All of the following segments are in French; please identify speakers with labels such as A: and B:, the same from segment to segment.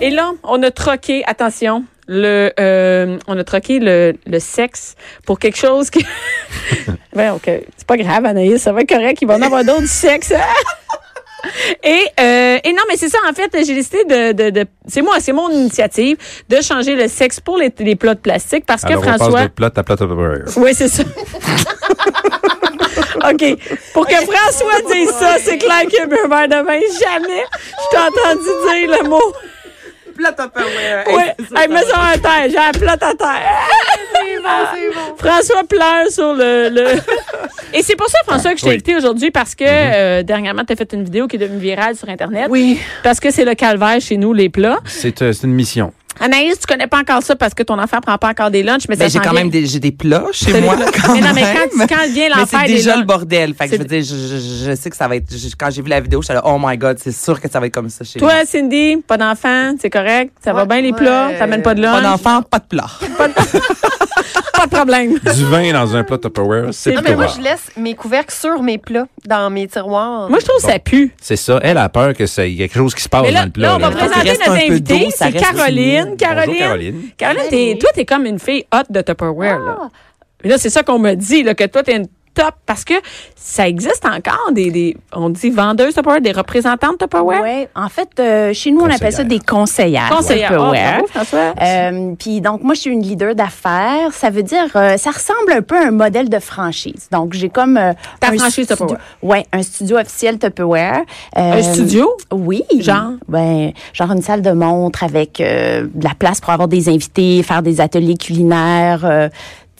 A: Et là, on a troqué, attention, le, euh, on a troqué le, le sexe pour quelque chose qui... ben, ok, c'est pas grave, Anaïs, ça va être correct, il va en avoir d'autres du sexe. hein? Et, euh, et non, mais c'est ça, en fait, j'ai décidé de... de, de c'est moi, c'est mon initiative de changer le sexe pour les, les plats de plastique parce
B: Alors,
A: que
B: on
A: François...
B: passe de plot à plot Tupperware.
A: Oui, c'est ça. OK. Pour que François dise ça, c'est clair qu'il y a bu un verre de vin. Jamais je t'ai entendu dire le mot.
C: Plate Tupperware.
A: Oui. Hey, mets ça à terre. J'ai la plate à terre.
C: c'est bon, c'est bon.
A: François pleure sur le. le- Et c'est pour ça, François, que je t'ai
B: Oui.
A: invité aujourd'hui parce que
C: Mm-hmm.
A: euh, dernièrement, tu as fait une vidéo qui est devenue virale sur Internet.
C: Oui.
A: Parce que c'est le calvaire chez nous, les plats.
B: C'est euh, c'est une mission.
A: Anaïs, tu connais pas encore ça parce que ton enfant prend pas encore des lunchs, mais
C: Ben,
A: ça
C: j'ai
A: s'en
C: quand
A: vient.
C: même des, j'ai des plats
A: T'as
C: chez
A: des
C: moi.
A: plats.
C: Quand
A: Mais non, mais
C: même.
A: quand- quand vient
C: Mais
A: l'enfer
C: C'est
A: des
C: déjà
A: lunchs.
C: le bordel. Fait que
A: C'est-
C: je veux dire, je, je- je sais que ça va être. je- quand j'ai vu la vidéo, je suis là, oh my god, c'est sûr que ça va être comme ça chez moi.
A: Toi, Cindy, pas d'enfant, c'est correct. Ça va
C: Ouais,
A: bien les plats,
C: ouais.
A: t'amènes pas de
C: Pas
A: lunch.
C: d'enfant, pas de plat.
A: pas de problème.
B: Du vin dans un plot
A: Ah,
B: Tupperware, c'est
D: Non, mais
B: plutôt
D: moi,
B: rare.
D: je laisse mes couvercles sur mes plats, dans mes tiroirs.
A: Moi, je trouve que ça pue.
B: C'est ça. Elle a peur que ça- il y a quelque chose qui se passe
A: Mais là,
B: Ah, dans le plat.
A: là, on va
B: là.
C: présenter-
A: présenter
C: reste
A: nos
C: un peu
A: invités.
C: d'eau, ça
A: C'est
C: reste
A: Caroline.
C: fini.
A: Caroline.
B: Bonjour, Caroline.
A: Caroline, t'es- toi, t'es comme une fille hot de Tupperware.
C: Ah.
A: Là, Mais là c'est ça qu'on me dit, là, que toi, t'es une top. Parce que ça existe encore des, des- on dit vendeuses Tupperware, des représentantes Tupperware.
E: Ouais. En fait, euh, chez nous, on appelle ça des conseillères.
A: Conseillères. Oh,
E: Tupperware.
A: bravo, François.
E: Euh, Puis donc, moi, je suis une leader d'affaires. Ça veut dire, euh, ça ressemble un peu à un modèle de franchise. Donc, j'ai comme... euh,
A: Ta
E: un
A: franchise
E: studio-
A: Tupperware.
E: Ouais, un studio officiel Tupperware. Euh,
A: Un studio?
E: Oui.
A: Genre?
E: Ben, genre une salle de montre avec euh, de la place pour avoir des invités, faire des ateliers culinaires. euh,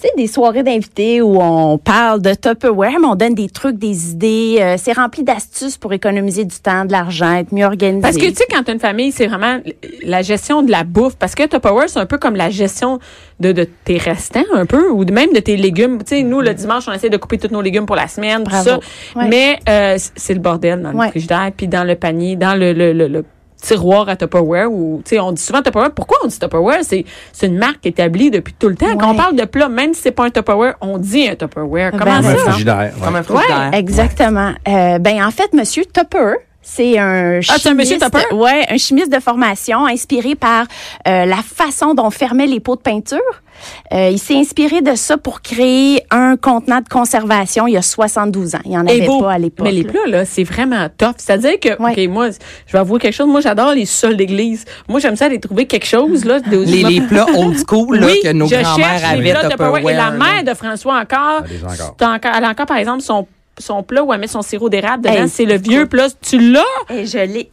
E: tu sais, des soirées d'invités où on parle de Tupperware, mais on donne des trucs, des idées. euh, c'est rempli d'astuces pour économiser du temps, de l'argent, être mieux organisé.
A: Parce que, tu sais, quand t'as une famille, c'est vraiment la gestion de la bouffe. Parce que Tupperware, c'est un peu comme la gestion de, de tes restants, un peu, ou de même de tes légumes. Tu sais, nous, le dimanche, on essaie de couper tous nos légumes pour la semaine, tout
E: Mm. Bravo.
A: ça.
E: Ouais.
A: Mais euh, c- c'est le bordel dans le
E: Ouais.
A: frigidaire, puis dans le panier, dans le, le, le, le tiroir à Tupperware. Ou, tu sais, on dit souvent Tupperware. Pourquoi on dit Tupperware? C'est c'est une marque établie depuis tout le temps. Quand on
E: Ouais.
A: parle de plat, même si c'est pas un Tupperware, on dit un Tupperware.
E: Ben,
A: Comment
B: Comme un
A: ça?
B: frigidaire. ouais.
C: Comme un
A: Ouais,
C: frigidaire.
E: Exactement. Euh, ben en fait, Monsieur Tupper. C'est un chimiste,
A: Ah, c'est un monsieur Tupper?
E: ouais, un chimiste de formation inspiré par euh, la façon dont on fermait les pots de peinture. Euh, il s'est inspiré de ça pour créer un contenant de conservation il y a 72 ans. Il n'y en
A: Et
E: avait
A: beau.
E: pas à l'époque.
A: Mais les
E: là.
A: plats, là, c'est vraiment tough. C'est-à-dire que,
E: Ouais.
A: OK, moi, je vais avouer quelque chose. Moi, j'adore les sols d'église. Moi, j'aime ça aller trouver quelque chose, là. de-
C: Les,
A: je me-
C: les plats old school là,
A: oui,
C: que nos
A: je cherche
C: grands-mères
A: les
C: avaient.
A: plats de Tupperware. Et la
C: Tupperware, là.
A: mère de François encore,
B: Elle Ah, les a encore.
A: c'est encore- elle a encore, par exemple, son, son plat où elle met son sirop d'érable dedans.
E: Hey,
A: c'est le vieux plat. Tu l'as?
E: Et je l'ai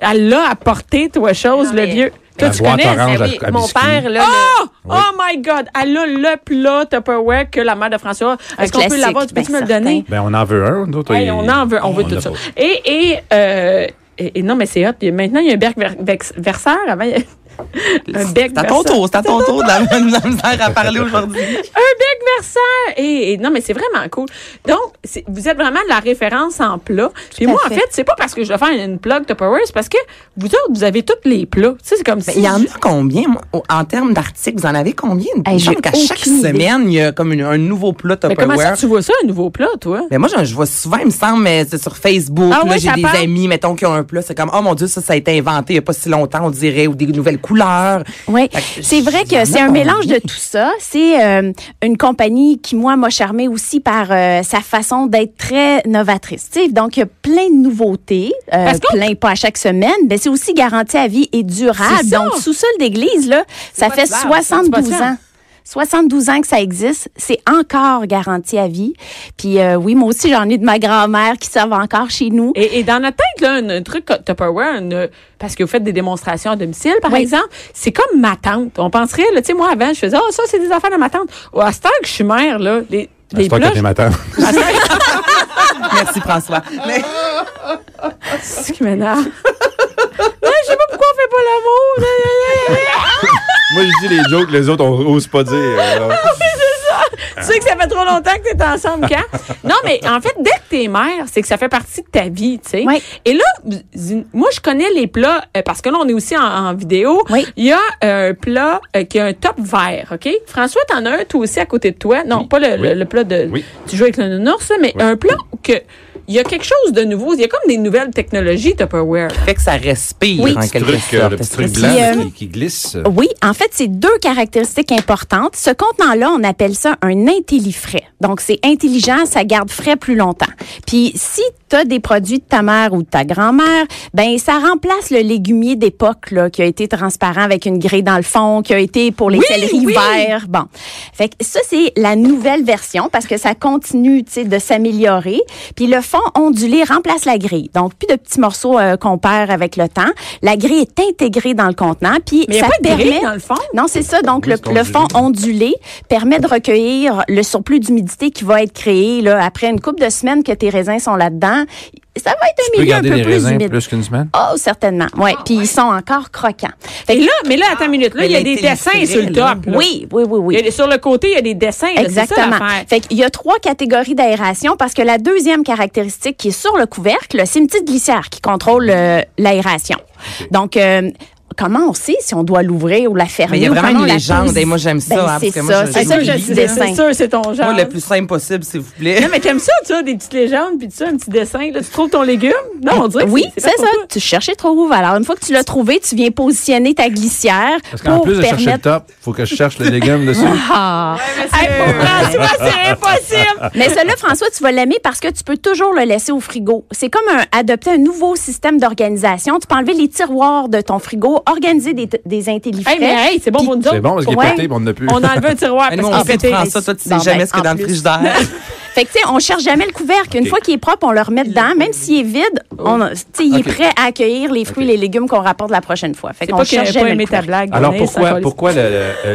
A: Elle l'a apporté, toi, chose,
D: Non,
A: le
D: mais-
A: vieux. Toi,
B: La
A: tu
B: boîte
A: connais?
B: orange.
D: Ben
B: Orange à-
D: oui,
B: à
D: mon
B: biscuits.
D: père, là,
A: Oh! Oh my God! Elle a le plat Tupperware que la mère de François. Est-ce qu'on peut
E: classique,
A: l'avoir? Tu peux
E: ben,
A: me le
E: certain.
A: donner?
B: Ben, on en veut un, nous autres.
A: Oui,
B: et-
A: on en veut, on veut
B: en
A: tout
B: a
A: ça.
B: pas.
A: Et, et, euh, et, et non, mais c'est hot. Il y a- Maintenant, il y a un bec ver- vex- verseur. Avant, il y a- un bec
C: C'est à ton
A: verseur.
C: tour, c'est à ton tour de la, de la misère à parler aujourd'hui.
A: Un bec verseur! Et, et non, mais c'est vraiment cool. Donc, c'est- vous êtes vraiment la référence en plat. Puis
E: à
A: moi, en
E: fait.
A: fait, c'est pas parce que je vais faire une plug Tupperware, c'est parce que vous autres, vous avez tous les plats. Tu sais, c'est comme
C: Ben,
A: si...
C: Il y en
A: je-
C: a combien, moi, au- en termes d'articles? Vous en avez combien?
E: Hey,
C: je
E: j'ai
C: pense qu'à
E: aucune
C: chaque
E: idée.
C: semaine, il y a comme une- un nouveau plat
A: Mais comment ça,
C: Tupperware.
A: tu vois ça, un nouveau plat, toi?
C: Mais moi, je, je vois souvent, il me semble, mais c'est sur Facebook.
A: Ah
C: là,
A: oui,
C: j'ai
A: ça
C: des
A: parle.
C: amis, mettons, qui ont un plat. C'est comme, oh mon Dieu, ça, ça a été inventé il n'y a pas si longtemps, on dirait, ou des nouvelles couleurs.
E: Oui,
C: Fait que
E: c'est vrai
C: il y en a
E: que c'est un
C: combien?
E: mélange de tout ça. C'est euh, une compagnie qui, moi, m'a charmée aussi par euh, sa façon d'être très novatrice. Tu sais, donc, il y a plein de nouveautés, euh,
A: Parce qu'on-
E: plein pas à chaque semaine, mais c'est aussi garanti à vie et durable.
A: C'est ça.
E: Donc, sous-sol d'église, là, ça
C: pas
E: fait
C: de valeur,
A: c'est pas de
E: 72
A: valeur.
E: ans. 72 ans que ça existe, c'est encore garanti à vie. Puis euh, oui, moi aussi j'en ai de ma grand-mère qui servent encore chez nous.
A: Et, et dans notre tête, là, un, un truc co- Tupperware, une- parce que vous faites des démonstrations à domicile, par
E: Oui.
A: exemple, c'est comme ma tante. On penserait, là, tu sais, moi, avant, je faisais, oh, ça, c'est des affaires de ma tante. Oh, à ce temps que je suis mère, là, les, les
B: C'est pas
A: plats,
B: que t'es matin.
A: je- à cette heure-
C: Merci, François. Mais-
A: C'est ce qui m'énerve. Ouais, Je sais pas pourquoi on fait pas l'amour.
B: Moi, je dis les jokes, les autres, on n'ose pas dire. euh, alors.
A: Tu sais que ça fait trop longtemps que t'es ensemble, quand? Non, mais en fait, dès que t'es mère, c'est que ça fait partie de ta vie, tu sais.
E: Oui.
A: Et là, z- moi, je connais les plats, euh, parce que là, on est aussi en, en vidéo.
E: Oui.
A: Il y a euh, un plat euh, qui a un top vert, OK? François, t'en as un, toi aussi, à côté de toi. Non, pas le,
B: Oui.
A: le- le plat de...
B: Oui.
A: Tu joues avec le nounours, là, mais
B: Oui.
A: un plat que... Il y a quelque chose de nouveau. Il y a comme des nouvelles technologies Tupperware.
C: Fait que ça respire
E: Oui.
C: en
E: Petit
C: quelque
B: Truc,
C: sorte.
B: euh, le petit truc
C: Puis,
B: blanc
C: euh,
B: là,
E: euh,
B: qui, qui glisse.
E: Oui, en fait, c'est deux caractéristiques importantes. Ce contenant-là, on appelle ça un intellifrais. Donc, c'est intelligent, ça garde frais plus longtemps. Puis, si tu as des produits de ta mère ou de ta grand-mère, ben ça remplace le légumier d'époque là, qui a été transparent avec une grille dans le fond, qui a été pour les céleris
A: oui.
E: verts. Bon, fait que ça c'est la nouvelle version parce que ça continue, tu sais, de s'améliorer. Puis le fond ondulé remplace la grille. Donc plus de petits morceaux euh, qu'on perd avec le temps. La grille est intégrée dans le contenant. Puis
A: Mais il n'y
E: ça
A: a pas de
E: permet
A: grille, dans le fond.
E: non, c'est ça. Donc,
B: Oui,
E: le,
B: c'est
E: le fond ondulé permet de recueillir le surplus d'humidité qui va être créé là, après une couple de semaines que tes raisins sont là-dedans. Ça va être
B: Tu
E: un
B: peux
E: milieu un
B: garder
E: peu
B: les
E: plus
B: raisins
E: humide.
B: plus qu'une semaine?
E: Oh, certainement. Ouais. Puis ils sont encore croquants. Fait
A: Ah, Et
E: que- Ah,
A: là, mais là, attends une minute. Là,
C: Mais
A: il y a des
C: l'intelligence,
A: dessins sur le top. là.
E: hein? oui, oui, oui, oui.
A: Il y a des- sur le côté, il y a des dessins. là, C'est ça
E: Exactement.
A: l'affaire.
E: fait qu'il y a trois catégories d'aération parce que la deuxième caractéristique qui est sur le couvercle, c'est une petite glissière qui contrôle euh, l'aération. Donc, euh, comment on sait si on doit l'ouvrir ou la fermer?
C: Mais il y a
E: ou
C: vraiment
E: comment
C: une
E: on la
C: légende,
E: pose?
C: et moi, j'aime ça,
E: Ben,
C: hein, parce
E: c'est
C: que moi,
E: ça,
C: je-
E: c'est
C: je-
E: ça
C: je-
E: le
C: je-
A: Ah, je
E: joli
A: disais,
E: dessin.
A: c'est sûr, c'est ton genre.
C: Moi, le plus simple possible, s'il vous plaît.
A: Non, mais t'aimes ça, tu as des petites légendes, puis tu as un petit dessin, là, tu trouves ton légume. Non, on dirait que
E: Oui,
A: c'est-
E: c'est
A: fait
E: ça.
A: pour toi.
E: Tu cherchais trop. Alors, une fois que tu l'as trouvé, tu viens positionner ta glissière
B: Parce qu'en
E: pour
B: plus de chercher le
E: permettre.
B: top, il faut que je cherche le légume dessus.
E: Ah.
A: Hey, pour François, c'est impossible.
E: Mais celui-là, François, tu vas l'aimer parce que tu peux toujours le laisser au frigo. C'est comme un- adopter un nouveau système d'organisation. Tu peux enlever les tiroirs de ton frigo, organiser des, des intellifrais.
A: Hey, mais hey, c'est bon pour nous autres.
B: C'est bon parce qu'il est
E: Ouais.
B: pété, mais on n'a plus.
A: On enleve un tiroir
C: Mais
A: parce
C: nous,
A: qu'on
C: on sait,
A: fait
C: tu prends
A: des-
C: ça, toi, tu sais
E: Bon, ben,
C: jamais ce qu'il y a dans
E: en
C: le
E: plus.
C: frigidaire.
E: Fait que, tu sais, on cherche jamais le couvercle. Une fois qu'il est propre, on le remet dedans. Même s'il est vide, on, a- tu sais, il
B: Ok.
E: est prêt à accueillir les fruits et les légumes qu'on rapporte la prochaine fois. Fait
A: C'est
E: qu'on
A: pas que
E: cherche
A: j'ai pas
E: jamais le
A: aimé ta
E: couvercle.
A: blague.
B: Alors
A: Denise, ça
B: pourquoi,
A: colle-
B: pourquoi le-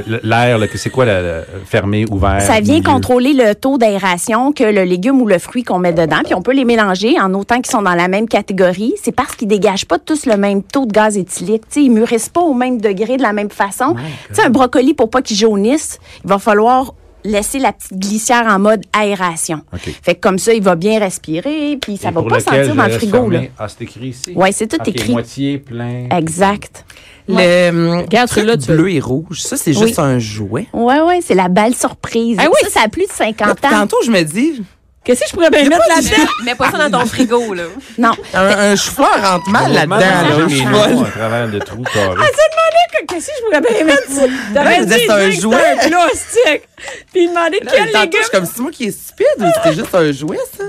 B: le- le- l'air, là, que c'est quoi le, le fermé, ouvert?
E: Ça vient
B: milieu?
E: contrôler le taux d'aération que le légume ou le fruit qu'on met dedans. Puis on peut les mélanger en autant qu'ils sont dans la même catégorie. C'est parce qu'ils dégagent pas tous le même taux de gaz éthylique. Tu sais, ils mûrissent pas au même degré de la même façon. Tu sais, un brocoli, pour pas qu'il jaunisse, il va falloir laisser la petite glissière en mode aération.
B: OK.
E: Fait que comme ça, il va bien respirer, puis ça
B: Et
E: va
B: pour
E: pas
B: lequel
E: sentir
B: je
E: dans le
B: laisse
E: frigo. Là.
B: fermer. Ah, c'est écrit ici?
E: Ouais, c'est tout
B: Ok,
E: écrit.
B: Moitié plein.
E: Exact.
C: Le
A: Regarde,
C: truc
A: celui-là, tu-
C: bleu et rouge, ça, c'est
E: Oui.
C: juste un jouet.
E: Ouais, ouais, c'est la balle surprise.
A: Ah oui.
E: Ça, ça a plus de
C: Là,
E: 50
C: puis
E: ans.
C: Tantôt, je me dis,
A: Qu'est-ce que je pourrais bien mettre là-dedans?
D: Mets pas ça dans ton frigo, là.
E: Non.
C: un, un chou-fleur rentre mal là-dedans. là,
B: Ah, J'ai
C: je
B: mis
C: suis
B: les
C: folle.
B: noms à travers le trou carré.
E: Ah,
A: Que- Qu'est-ce que je pourrais bien mettre? T'aurais
C: Elle disait,
A: dit,
C: c'est un
A: Nick,
C: jouet.
A: c'est un plastique. Puis demander
C: Là,
A: quel
C: tantôt, je suis
A: légume.
C: comme, c'est moi qui est stupide ou c'était juste un jouet, ça?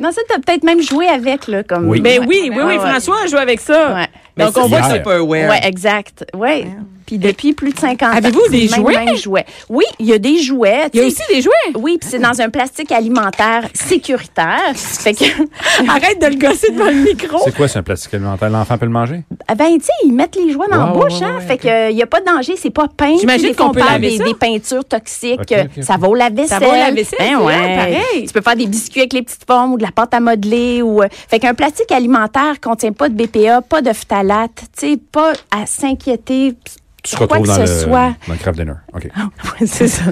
E: Non, ça, t'as peut-être même joué avec, là, comme.
B: Oui.
A: Ben oui, oui, oui,
E: Ouais, ouais.
A: François, joue avec ça.
E: Ouais.
A: Donc,
C: ça,
A: on voit
C: c'est
B: que-
C: Tupperware.
E: Oui, exact. Oui. Puis depuis plus de 50 ans.
A: Avez-vous
E: c'est
A: des
E: le même-
A: jouets?
E: même jouet. Oui, il y a des jouets.
A: Il y a
E: tu sais.
A: aussi des jouets.
E: Oui, puis c'est dans un plastique alimentaire sécuritaire. Fait que,
A: Arrête de le gosser devant le micro.
B: C'est quoi, c'est un plastique alimentaire? L'enfant peut le manger?
E: ben, tu sais, ils mettent les jouets dans la
B: Ouais,
E: bouche,
B: ouais,
E: hein.
B: ouais,
E: fait que, il n'y a pas de danger, c'est pas peint.
A: J'imagine
E: Puis des fois,
A: qu'on
E: on
A: peut
E: parle
A: laver
E: des,
A: ça.
E: des peintures toxiques.
B: Ok, ok, ok.
E: Ça va au lave-vaisselle.
A: Ça va au lave-vaisselle,
E: Ben
A: c'est
E: ouais.
A: vrai, pareil.
E: Tu peux faire des biscuits avec les petites formes ou de la pâte à modeler. Ou... euh, Fait qu'un plastique alimentaire contient pas de BPA, pas de phtalate, tu sais, pas à s'inquiéter sur quoi que
B: dans
E: ce
B: le,
E: soit.
B: dans le craft dinner. OK.
E: c'est ça.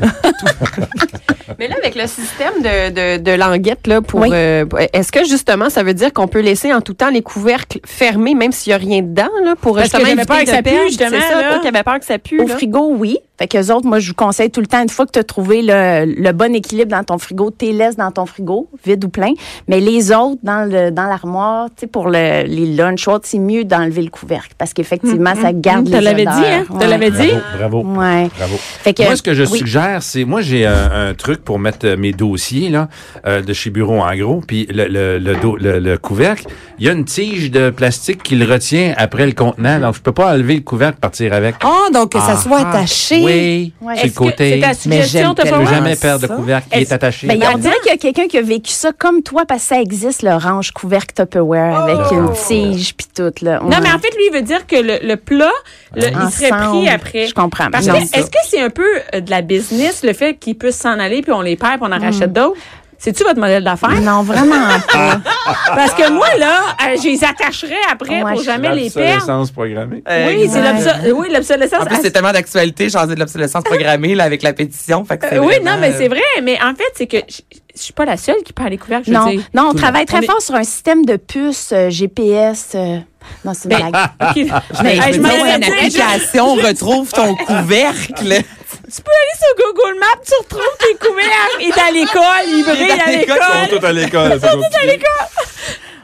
D: Mais là, avec le système de, de, de languette, là, pour,
E: Oui.
D: euh, est-ce que justement, ça veut dire qu'on peut laisser en tout temps les couvercles fermés, même s'il n'y a rien dedans, là, pour
A: Parce que j'avais
D: justement éviter
A: peur que
D: de
A: ça pue,
D: perdre,
A: justement,
D: C'est ça,
A: là.
D: toi qui avais peur que ça pue,
E: Au
D: là.
E: frigo, oui. Fait qu'eux autres, moi, je vous conseille tout le temps, une fois que tu as trouvé le, le bon équilibre dans ton frigo, t'es laisse dans ton frigo, vide ou plein. Mais les autres, dans le dans l'armoire, tu sais, pour le, les lunch autres, c'est mieux d'enlever le couvercle parce qu'effectivement,
A: Mm,
E: ça garde
A: Tu
E: les
A: l'avais dit,
E: odeurs.
A: hein? Tu
E: Ouais.
A: l'avais dit?
B: Bravo, bravo.
E: Ouais.
B: Bravo.
E: Fait que,
B: moi, ce que je
E: oui.
B: suggère, c'est moi j'ai un, un truc pour mettre euh, mes dossiers là euh, de chez Bureau en gros, puis le le, le, do- le- le couvercle, il y a une tige de plastique qui le retient après le contenant, donc je peux pas enlever le couvercle partir avec.
C: Ah, donc que ça soit
B: Ah,
C: attaché.
B: Oui,
E: Ouais.
B: sur le
E: Est-ce que
B: côté.
A: C'est ta suggestion,
C: j'aime
A: t'as pas
B: Je
C: tellement
B: peux
A: peur?
B: jamais perdre
C: ça?
B: le couvercle qui est
A: Est-ce-
B: attaché.
E: Ben, on
A: Attends.
E: dirait qu'il y a quelqu'un qui a vécu ça comme toi parce que ça existe, l'orange couvercle Tupperware avec une tige puis tout. Là.
A: Oh! Non,
E: Ouais.
A: mais en fait, lui, il veut dire que le, le plat, le- il serait pris
E: Ensemble,
A: après.
E: Je comprends.
A: Parce
E: Non. Hmm.
A: que, est-ce que c'est un peu euh, de la business, le fait qu'ils puissent s'en aller, puis on les perd, puis on en rachète d'autres? C'est-tu votre modèle d'affaires?
E: Non, vraiment pas.
A: Parce que moi, là, euh, je les attacherais après
E: Ouais,
A: pour
E: je-
A: jamais les perdre.
B: L'obsolescence programmée.
A: Oui, c'est
E: Ouais.
A: l'obso- oui, l'obsolescence.
C: Euh, En plus, c'est tellement d'actualité, j'ai envie de l'obsolescence programmée là, avec la pétition. Fait que c'est
A: Euh, oui,
C: vraiment,
A: non, mais
C: euh,
A: c'est vrai. Mais en fait, c'est que je je suis pas la seule qui parle des couvercles. je veux
E: non,
A: dire.
E: non, on travaille
A: On
E: très
A: est-
E: fort sur un système de puces euh, GPS. euh, Non, c'est une
A: Ben,
E: blague.
A: OK.
C: Ben,
A: Hey,
C: je
A: je
C: me
A: m'en
C: dis,
A: allais
C: ouais, une
A: dire, je-
C: application retrouve ton couvercle.
A: Tu peux aller sur Google Maps, tu retrouves tes couvercles. Il est à l'école, il
C: Il
A: brille
C: est à
A: à
C: l'école,
A: l'école.
B: à l'école.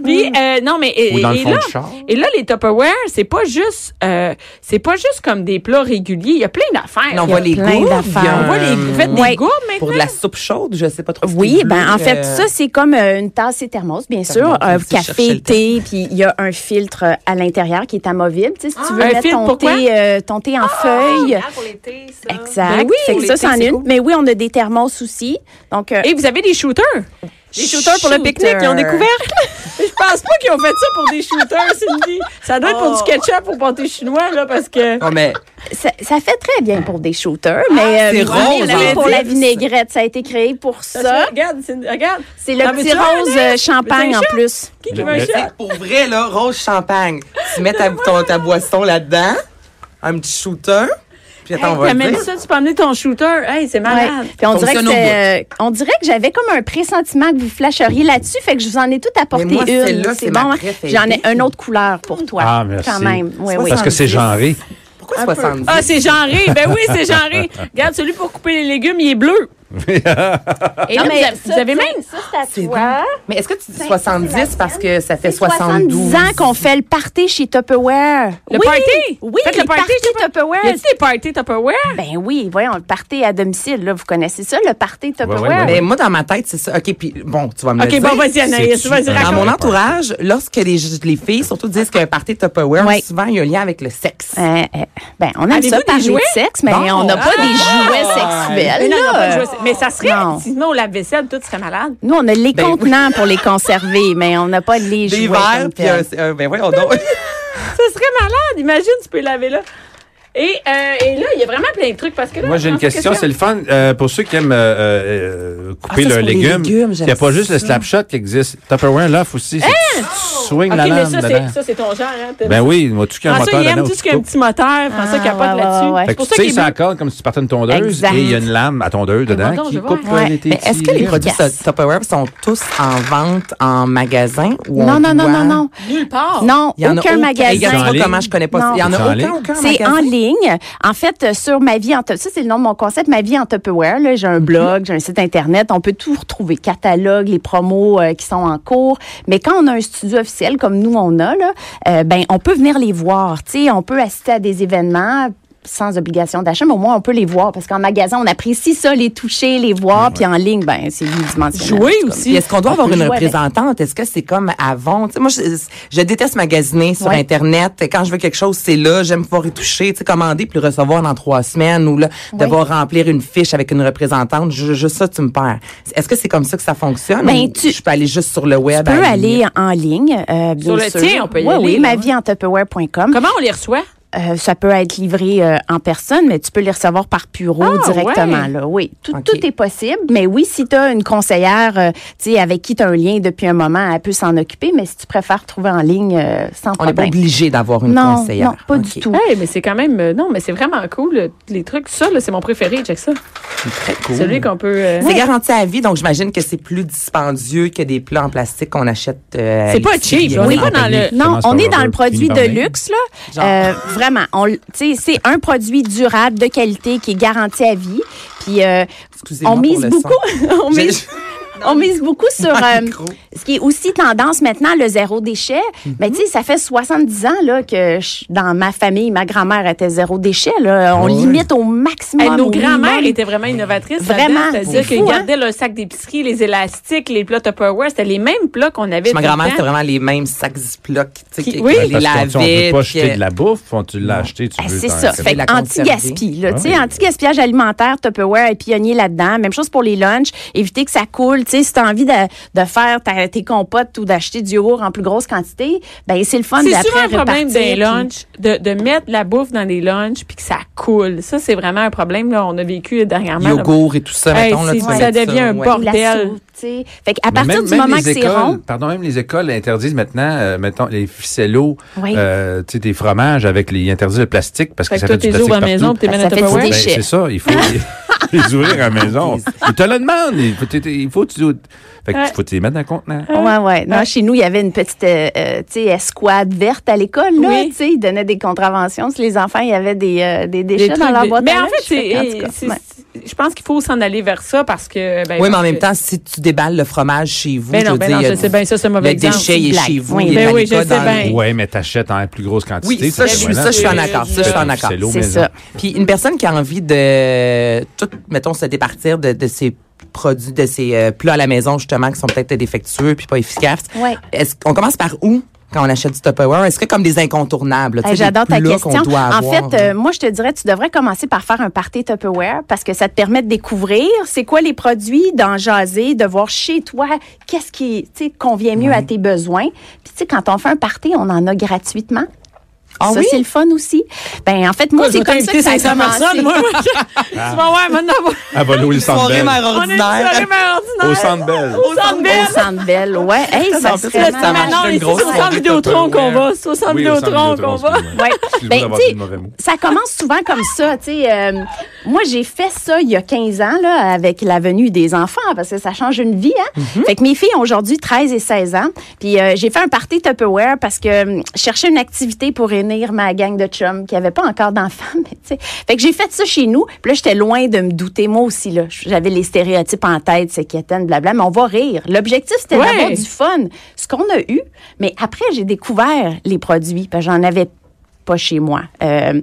A: Puis, euh, non, mais et,
B: Ou dans le
A: et
B: fond
A: là,
B: du char.
A: et là, les Tupperware, c'est pas juste, euh, c'est pas juste comme des plats réguliers. Il y a plein d'affaires.
C: Non,
A: Il y a-
C: on voit les
E: plein
C: gourdes.
E: d'affaires.
C: il y a
A: on voit les,
C: un-
A: vous faites des
E: Ouais.
A: gourdes maintenant.
C: Pour de la soupe chaude, je sais pas trop. ce qui
E: Oui,
C: est
E: ben
C: bleu,
E: en fait,
C: euh,
E: ça c'est comme euh, une tasse et thermos, bien sûr,
C: Thermos,
E: euh,
C: si je cherchais
E: café,
C: le
E: thé, puis il y a un filtre euh, à l'intérieur qui est amovible, tu sais, si tu veux
A: Ah, un
E: mettre
A: filtre
E: ton
A: pour quoi? Ah,
E: thé, euh, ton thé en feuille.
D: Ah, pour l'été, ça.
E: Exact.
A: Ben oui,
E: Fait que
A: pour
E: ça,
A: l'été,
E: c'en
A: c'est
E: est une.
A: cool.
E: Mais oui, on a des thermos aussi. Donc, euh,
A: Et vous avez des shooters. Des shooters pour le pique-nique, ils ont des
E: Shooter.
A: couvercles. Je pense pas qu'ils ont fait ça pour des shooters, Cindy. Ça doit être pour du ketchup pour pâté chinois, là, parce que.
C: Non, mais
E: ça, ça fait très bien pour des shooters,
A: Ah,
E: mais
C: c'est
E: euh, oui,
C: rose,
E: oui,
C: hein?
E: pour la
C: Dit.
E: vinaigrette, ça a été créé pour
A: Ça,
E: ça.
A: regarde, Cindy, regarde.
E: C'est le
A: T'en
E: petit
A: veux-tu un,
E: rose
A: Anaïs?
E: euh, champagne
A: Veux-tu un
E: en
A: shot?
E: plus.
A: Qui qui veut un
B: Le-
A: chat?
C: pour vrai, là, rose champagne. Tu mets ta, ton- ta boisson là-dedans, un petit shooter, puis attends, on va
A: Hey,
C: le
A: t'amènes
C: dire.
A: ça, tu peux emmener ton shooter. Hey, c'est malade.
E: Ouais. Puis on, dirait que
C: Fonctionne au
E: c'est, euh, on dirait que j'avais comme un pressentiment que vous flasheriez là-dessus, fait que je vous en ai tout apporté
C: Mais moi,
E: une.
C: celle-là, c'est ma
E: hein.
C: préférée.
E: J'en ai une autre couleur pour toi.
B: Ah, merci.
E: Quand même. Oui, oui.
B: Parce que c'est genré.
C: Pourquoi 70?
A: Ah, c'est genré. Ben oui, c'est genré. Regarde, celui pour couper les légumes, il est bleu. Et là,
E: Non, Ah, mais
A: vous avez- vous
E: ça,
A: avez
E: tu sais,
A: même.
E: Ça, c'est à toi.
C: Mais est-ce que tu dis
E: c'est
C: 70 parce que ça fait
E: C'est 70
C: 72?
E: ans qu'on fait le party chez Tupperware.
A: Le
E: oui,
A: party?
E: Oui,
A: Faites
E: les
A: le party
E: parties
A: chez Tup-
E: Tupperware.
A: Y a-t-il des parties Tupperware?
E: Ben oui, voyons, le party à domicile, là, vous connaissez ça, le party Tupperware.
B: Ouais, ouais, ouais, ouais.
C: Mais moi, dans ma tête, c'est ça. OK, puis bon, tu vas me
A: OK,
C: le dire.
A: bon, vas-y, Anaïs,
B: C'est-tu
A: vas-y,
B: un
C: Dans
A: raconte.
C: mon entourage, lorsque les, les filles surtout disent qu'un party Tupperware,
E: Ouais.
C: souvent, il y a un lien avec le sexe.
E: Euh, euh, ben, on aime
A: Avez-vous
E: ça
A: des
E: parler
A: jouets? Ah!
E: de sexe, mais
C: Bon.
E: on n'a pas des jouets
A: Mais
E: sexuels.
A: non, non,
E: là.
A: pas de jouets- Mais ça serait,
E: Non.
A: sinon, la vaisselle, tout serait malade.
E: Nous, on a les
C: Ben oui.
E: contenants pour les conserver, mais on n'a pas les
C: Des
E: jouets.
C: verres,
E: comme
C: puis un,
E: tels.
C: un- ben voyons donc.
A: Ça serait malade. Imagine, tu peux laver là. Et, euh, et là, il y a vraiment plein de trucs parce que là,
B: Moi, j'ai une
A: en fait,
B: question.
A: qu'est-ce
B: C'est
A: que-
B: le fun euh, pour ceux qui aiment euh, euh, couper
C: Ah, ça,
B: leurs
C: c'est pour les
B: légumes.
C: légumes,
B: Il n'y a
C: j'aime
B: pas juste le
C: ça.
B: slapshot qui existe. Tupperware Love aussi. c'est que tu swing
A: OK,
B: la
A: mais
B: lame
A: ça,
B: dedans.
A: c'est- ça, c'est ton genre. Hein, t'as-
B: Ben oui, moi, tu qui as un
A: François,
B: moteur
A: il aime
B: dedans.
A: tout
B: au
A: ce qui a un
B: couteau.
A: petit moteur. François
E: Ah,
A: capote
E: ouais, ouais,
A: là-dessus.
E: ouais.
A: C'est
B: Fait que
A: pour
B: tu
A: ça qu'il
B: sais,
A: est
B: ça
A: bleu.
B: encore comme si tu partais une tondeuse
E: Exact.
B: et il y a une lame à tondeuse dedans
A: bon,
B: qui
A: je vais
B: coupe
A: voir.
B: euh,
E: Ouais.
B: les
C: Mais est-ce que
B: petits-
C: les produits
E: Yes.
C: Tupperware sont tous en vente en magasin ou on
E: Non, non, non,
C: doit-
E: non, non.
A: nulle part.
E: Non,
C: Il y en a
E: aucun
B: Ils sont en
C: Regarde
E: magasin.
C: pas
B: ligne.
C: comment je connais pas. ça. Il y en
B: Ils sont en
C: a
B: ligne.
C: aucun, aucun
E: C'est en
C: magasin.
E: ligne. En fait, euh, sur ma vie en Tupperware, ça c'est le nom de mon concept, ma vie en Tupperware. là. J'ai un blog, j'ai un site internet, on peut tout retrouver, catalogue, les promos euh, qui sont en cours. Mais quand on a un studio officiel comme nous on a, là, euh, ben on peut venir les voir. Tu sais, on peut assister à des événements sans obligation d'achat, mais au moins on peut les voir parce qu'en magasin on apprécie ça, les toucher, les voir, puis en ligne, ben c'est unidimensionnel.
A: Jouer
E: en tout cas.
A: aussi.
C: Puis est-ce qu'on doit avoir
E: peut
C: une
E: jouer avec.
C: représentante? Est-ce que c'est comme avant? Tu sais, moi, je, je déteste magasiner sur
E: Ouais.
C: Internet. Quand je veux quelque chose, c'est là. J'aime pouvoir y toucher, tu sais, commander puis le recevoir dans trois semaines ou là, devoir remplir une fiche avec une représentante. Ju- Juste ça, tu me perds. Est-ce que c'est comme ça que ça fonctionne?
E: Ben,
C: ou
E: tu-
C: je peux aller juste sur le web.
E: Tu peux
C: à la
E: aller
C: limite?
E: en ligne, euh, bien
A: Sur le
E: sûr.
A: tien, on peut y
E: oui,
A: aller,
E: Oui,
A: là,
E: ma
A: ouais.
E: vie en tupperware.com.
A: Comment on les reçoit?
E: Euh, ça peut être livré euh, en personne, mais tu peux les recevoir par bureau
A: Ah,
E: directement.
A: ouais.
E: Là. Oui, tout,
C: Ok.
E: tout est possible. Mais oui, si tu as une conseillère euh, tu sais, avec qui tu as un lien depuis un moment, elle peut s'en occuper. Mais si tu préfères trouver en ligne, euh, sans
C: On n'est pas
E: problème.
C: obligé d'avoir une
E: non,
C: conseillère.
E: non, pas
C: Ok.
E: du tout.
A: Hey, mais c'est quand même. euh, non, mais c'est vraiment cool. euh, Les trucs, ça, là, c'est mon préféré, check ça. Celui qu'on peut. euh,
C: C'est garanti à vie, donc j'imagine que c'est plus dispendieux que des plats en plastique qu'on achète. euh, à
A: C'est pas
C: l'épicerie,
A: cheap,
C: là.
A: on est
C: Non.
A: pas dans le-
E: Non,
B: Commence
E: on
B: par
E: est dans
B: Robert,
E: le
B: fini
E: produit
B: par
E: de
B: Ming.
E: luxe là. Euh, vraiment, on, l- tu sais, c'est un produit durable de qualité qui est garanti à vie. Puis euh,
C: Excusez-moi
E: on
C: pour
E: mise
C: le
E: beaucoup, on
C: J'ai-
E: mise, on mise beaucoup sur
C: Dans le
E: euh,
C: micro. Mhm.
E: ce qui est aussi tendance maintenant, le zéro déchet. Mais tu sais, ça fait 70 ans là, que je- dans ma famille, ma grand-mère était zéro déchet. Là. On
C: Ouais.
E: limite au maximum.
A: Hey, nos
E: au minimum.
A: grands-mères étaient vraiment innovatrices.
E: Vraiment,
A: là-dedans. C'est-à-dire
E: c'est
A: qu'ils
E: fou, hein?
A: gardaient leur sac d'épicerie, les élastiques, les plats Tupperware. C'était les mêmes plats qu'on avait.
C: Ma
A: tout le
C: grand-mère,
A: temps.
C: c'était vraiment les mêmes sacs Ziploc, tu sais,
A: hein? Qui-
C: qui-
A: oui.
C: qui les
B: Parce qu'on tu- on
C: lavait,
B: peut pas
C: puis
B: jeter
C: que-
B: de la bouffe, on- tu l'as acheté, tu
E: Ah,
B: veux.
E: c'est
B: t'en-
E: ça.
C: c'est
E: Fait
C: de la
E: anti-gaspi, là,
B: Ah
E: tu sais,
B: oui.
E: anti-gaspillage alimentaire, Tupperware est pionnier là-dedans. Même chose pour les lunchs, éviter que ça coule, tu sais, sais, si t'as envie de, de faire ta- tes compotes ou d'acheter du yogourt en plus grosse quantité, ben c'est le fun
A: C'est
E: d'après
A: souvent un
E: repartir.
A: problème des
E: puis-
A: lunchs, de, de mettre de la bouffe dans des lunchs puis que ça coule. Ça, c'est vraiment un problème. Là, on a vécu dernièrement. là.
C: Yogourt et tout ça,
A: Hey,
C: mettons, là,
A: c'est-
C: tu vas
A: ça
C: mettre
A: devient un ben
C: ouais.
A: bordel.
E: Ou la soupe, tu sais. Fait qu'à partir
B: même-
E: du
B: même
E: moment que
B: les
E: c'est
B: écoles-
E: rond,
B: Pardon, même les écoles interdisent maintenant, euh, mettons, les ficellos,
E: Oui.
B: euh, tu sais, des fromages avec les, ils interdisent le plastique parce que,
A: Fait que toi,
B: ça fait du
A: t'es ouvres
B: plastique
A: à la
B: partout.
A: maison, puis t'es
E: Ben,
A: mènes
E: ça
A: à
E: fait du
A: Tupperware.
B: Ben,
E: déchets.
B: c'est ça, il faut les, les ouvrir à la maison. Ils te le demandent. Il faut, t'es- t'es- il faut, que tu- fait que
A: Ouais.
B: tu- faut que tu les mettre dans le contenant.
E: Ouais, ouais. Non, chez nous, il y avait une petite euh, euh, tu sais, escouade verte à l'école. Là,
A: Oui.
E: tu sais, ils donnaient des contraventions. Si les enfants, il y avait des, euh, des déchets
A: Des
E: dans
A: trucs
E: leur
A: de-
E: boîte
A: Mais
E: à
A: en
E: lunch.
A: fait, c'est-
E: Fait qu'en tout cas,
A: c'est-
E: ouais.
A: c'est- je pense qu'il faut s'en aller vers ça parce que. Ben,
C: Oui, mais
A: parce
C: en même
A: que-
C: temps, si tu déballes le fromage chez vous,
A: Ben
C: je
A: non,
C: veux
A: ben
C: dire,
A: non,
C: il y a
A: je
C: du-
A: sais bien, ça, c'est un mauvais
C: le
A: exemple.
C: déchet il est
E: Blague.
C: chez vous.
E: Oui.
C: il est
A: Ben
C: dans
A: oui,
C: l'école,
A: je sais
C: dans le-
A: bien.
B: Ouais, mais t'achètes en plus grosse quantité.
C: Oui, ça, je suis, ça, je suis en accord. Ça, je suis en accord.
B: Ficello
E: C'est
B: maison.
E: ça.
C: Puis une personne qui a envie de tout, mettons, se départir de, de ses produits, de ses euh, plats à la maison, justement, qui sont peut-être défectueux puis pas efficaces.
E: Ouais.
C: Est-ce qu'on commence par où quand on achète du Tupperware? Est-ce que comme des incontournables? là, tu
E: Hey,
C: sais, des
E: Ah, J'adore ta
C: plats qu'on
E: question.
C: doit
E: En
C: avoir,
E: fait, euh, moi, je te dirais, tu devrais commencer par faire un party Tupperware parce que ça te permet de découvrir c'est quoi les produits, d'en jaser, de voir chez toi qu'est-ce qui tu sais, convient mieux à tes besoins. Puis, tu sais, quand on fait un party, on en a gratuitement.
C: Ah
E: ça,
C: oui?
E: c'est le fun aussi. Ben, en fait,
A: Moi,
E: moi,
A: je
E: c'est
A: vais
E: comme ça
A: t'inviter
E: que ça a
A: 500 personnes.
E: commencé.
A: Moi, moi, je- Tu vas voir, maintenant, on va-
B: À Volo, le centre
C: Soirée
B: Bell.
C: mère
A: on est sur la
C: ordinaire.
A: même ordinaire.
B: Au centre belle.
A: Au centre Bell.
E: Au Centre Bell, ouais. Hey, ça
C: en plus,
E: serait
C: ça
E: malade.
C: marche.
A: Maintenant,
C: une
A: ici, Ah c'est au
C: grosse
A: centre
C: soirée
A: Vidéotron qu'on
C: Tupperware.
A: va. C'est au centre Vidéotron qu'on va.
E: Ouais.
B: Excuse-moi
E: Ben,
B: d'avoir
E: tu
B: dit
E: sais,
B: le mauvais mot.
E: Ça commence souvent comme ça. tu sais, euh, moi, j'ai fait ça il y a 15 ans là, avec la venue des enfants parce que ça change une vie. Hein? Fait que mes filles ont aujourd'hui 13 et 16 ans. Puis euh, j'ai fait un party Tupperware parce que euh, je cherchais une activité pour réunir ma gang de chums qui n'avaient pas encore d'enfants. mais tu sais. Fait que j'ai fait ça chez nous. Puis là, j'étais loin de me douter. Moi aussi, là, j'avais les stéréotypes en tête, c'est qui blabla. Mais on va rire. L'objectif, c'était
A: Ouais.
E: d'avoir du fun. Ce qu'on a eu. Mais après, j'ai découvert les produits. parce que J'en avais pas chez moi. Euh,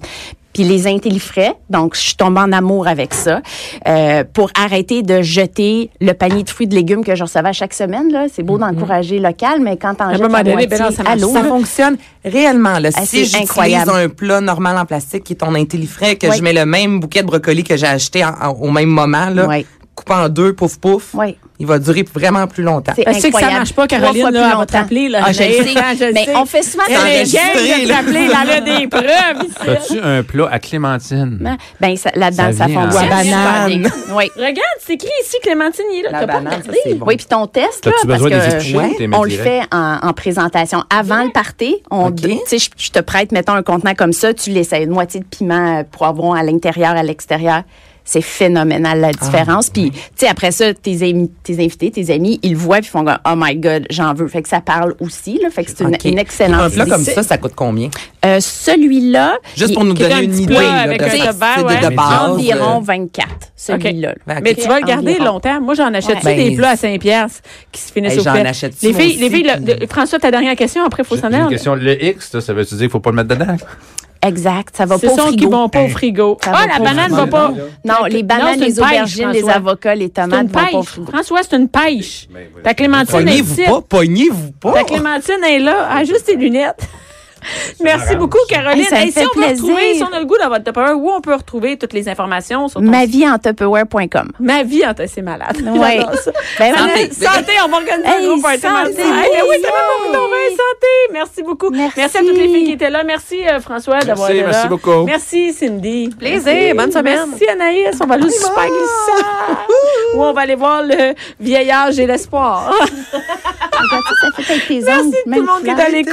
E: puis les intellifrais, donc je suis tombée en amour avec ça, euh, pour arrêter de jeter le panier de fruits de légumes que je recevais chaque semaine. là. C'est beau d'encourager local, mais quand t'en
A: Mm-hmm. un
E: jettes
A: moment
E: la
A: donné,
E: moitié,
A: ben non, ça marche
E: allô,
C: Ça
E: là.
C: fonctionne réellement. Là.
E: Ah,
C: Si
E: c'est
C: j'utilise
E: incroyable.
C: un plat normal en plastique qui est ton intellifrais, que
E: Oui.
C: je mets le même bouquet de brocoli que j'ai acheté en- en- au même moment, là,
E: Oui.
C: coupé en deux, pouf pouf,
E: Oui.
C: il va durer vraiment plus longtemps.
E: C'est
A: Elle sait que ça
E: incroyable.
A: marche pas,
E: Trois
A: Caroline,
E: fois
A: là,
E: plus
A: elle va te
E: longtemps.
A: rappeler, là.
E: Ah, je le
A: Mais-
E: sais.
A: Ah, je le
E: mais
A: sais.
E: on fait souvent
A: Elle est
C: enregistré,
A: gang de te
C: là.
A: rappeler, elle a des preuves ici.
B: As-tu un plat à clémentine?
E: Ben, ça- là-dedans,
B: Ça
E: ça,
B: vient hein. en-
E: fonctionne.
C: La
E: super
C: banane.
E: bien. Oui.
A: Regarde, c'est écrit ici, Clémentine, il est là.
C: La
A: T'as pas
C: banane,
A: regardé.
C: ça, c'est bon.
E: Oui, puis ton test, là,
B: T'as-tu
E: parce
B: besoin de les
E: que
B: éplucher ou t'es mis
E: on le
B: direct?
E: fait en, en présentation. Avant le party, on,
C: Ok.
E: tu sais, je, je te prête, mettons, un contenant comme ça, tu l'essayes, une moitié de piment, euh, poivron à l'intérieur, à l'extérieur. C'est phénoménal la différence.
C: Ah,
E: Puis, tu sais, après ça, tes, amis- tes invités, tes amis, ils le voient puis ils font comme, Oh my God, j'en veux. Fait que ça parle aussi, là. Fait que c'est une,
C: OK.
E: une excellente
C: Un plat comme
E: idée.
C: ça, ça coûte combien?
E: Euh, Celui-là.
C: Juste
E: il-
C: pour nous
A: qui est un
C: donner une
A: petit
C: idée
A: plat
C: là, de,
A: avec
C: de,
A: un
C: de,
A: tabac, ouais.
C: de base.
E: Environ
C: euh,
E: 24, celui-là.
C: OK.
A: Mais tu vas le garder
E: Environ.
A: longtemps. Moi, j'en achète-tu
C: Ouais.
A: des
C: Ben,
A: plats à 5 piastres qui se finissent
C: hey,
A: au
C: j'en
A: frais?
C: achète-tu,
A: Les
C: moi
A: filles, les
C: aussi,
A: filles, le-
C: puis-
A: le- François, ta dernière question, après, il faut
B: J'ai
A: s'en
B: une
A: aller.
B: question. Le X, là, ça veut-tu dire qu'il ne faut pas le mettre dedans?
E: Exact. Ça va
A: Ce
E: pas au
A: sont qui
E: frigo.
A: vont pas au frigo.
E: Ça
A: Ah,
E: va
A: la
E: pas au
A: banane va
E: frigo.
A: pas.
E: Non, les
A: Non,
E: bananes,
A: c'est
E: les
A: une pêche,
E: aubergines, les
A: François.
E: avocats, les
A: C'est une
E: tomates vont pas au
A: pêche.
E: frigo.
A: François, c'est une pêche.
B: Ben,
A: Ta Clémentine est ici.
C: Pognez-vous pas, pognez-vous
A: Ta
C: pas.
A: Clémentine est là. Ah, juste tes lunettes. Merci beaucoup, Caroline.
E: Hey, ça me
A: Hey, si
E: fait
A: on veut
E: plaisir.
A: retrouver, si on a le goût d'avoir le Tupperware, où on peut retrouver toutes les informations sur ton
E: Ma vie en Tupperware.com.
A: Ma vie en c'est malade.
E: Ouais.
A: J'adore ça.
E: Ben,
A: santé,
E: voilà.
A: santé, on va organiser
E: Hey,
A: un gros party.
E: santé,
A: mardi.
E: oui,
A: Hey, oui, t'as
E: oui.
A: même beaucoup tombé, hein, santé. Merci beaucoup.
E: Merci.
A: à toutes les filles qui étaient là. Merci euh, François d'avoir été là.
B: merci beaucoup.
A: Merci Cindy.
D: Plaisir,
A: Merci.
D: bonne semaine.
A: Merci Anaïs, on va aller au super glissant. Où on va aller voir le vieillage et l'espoir.
E: Ah, Regarde ça, ça fait avec tes
A: Merci
E: ongles,
A: tout le
E: même
A: monde qui est
E: couleur.
A: à l'écoute.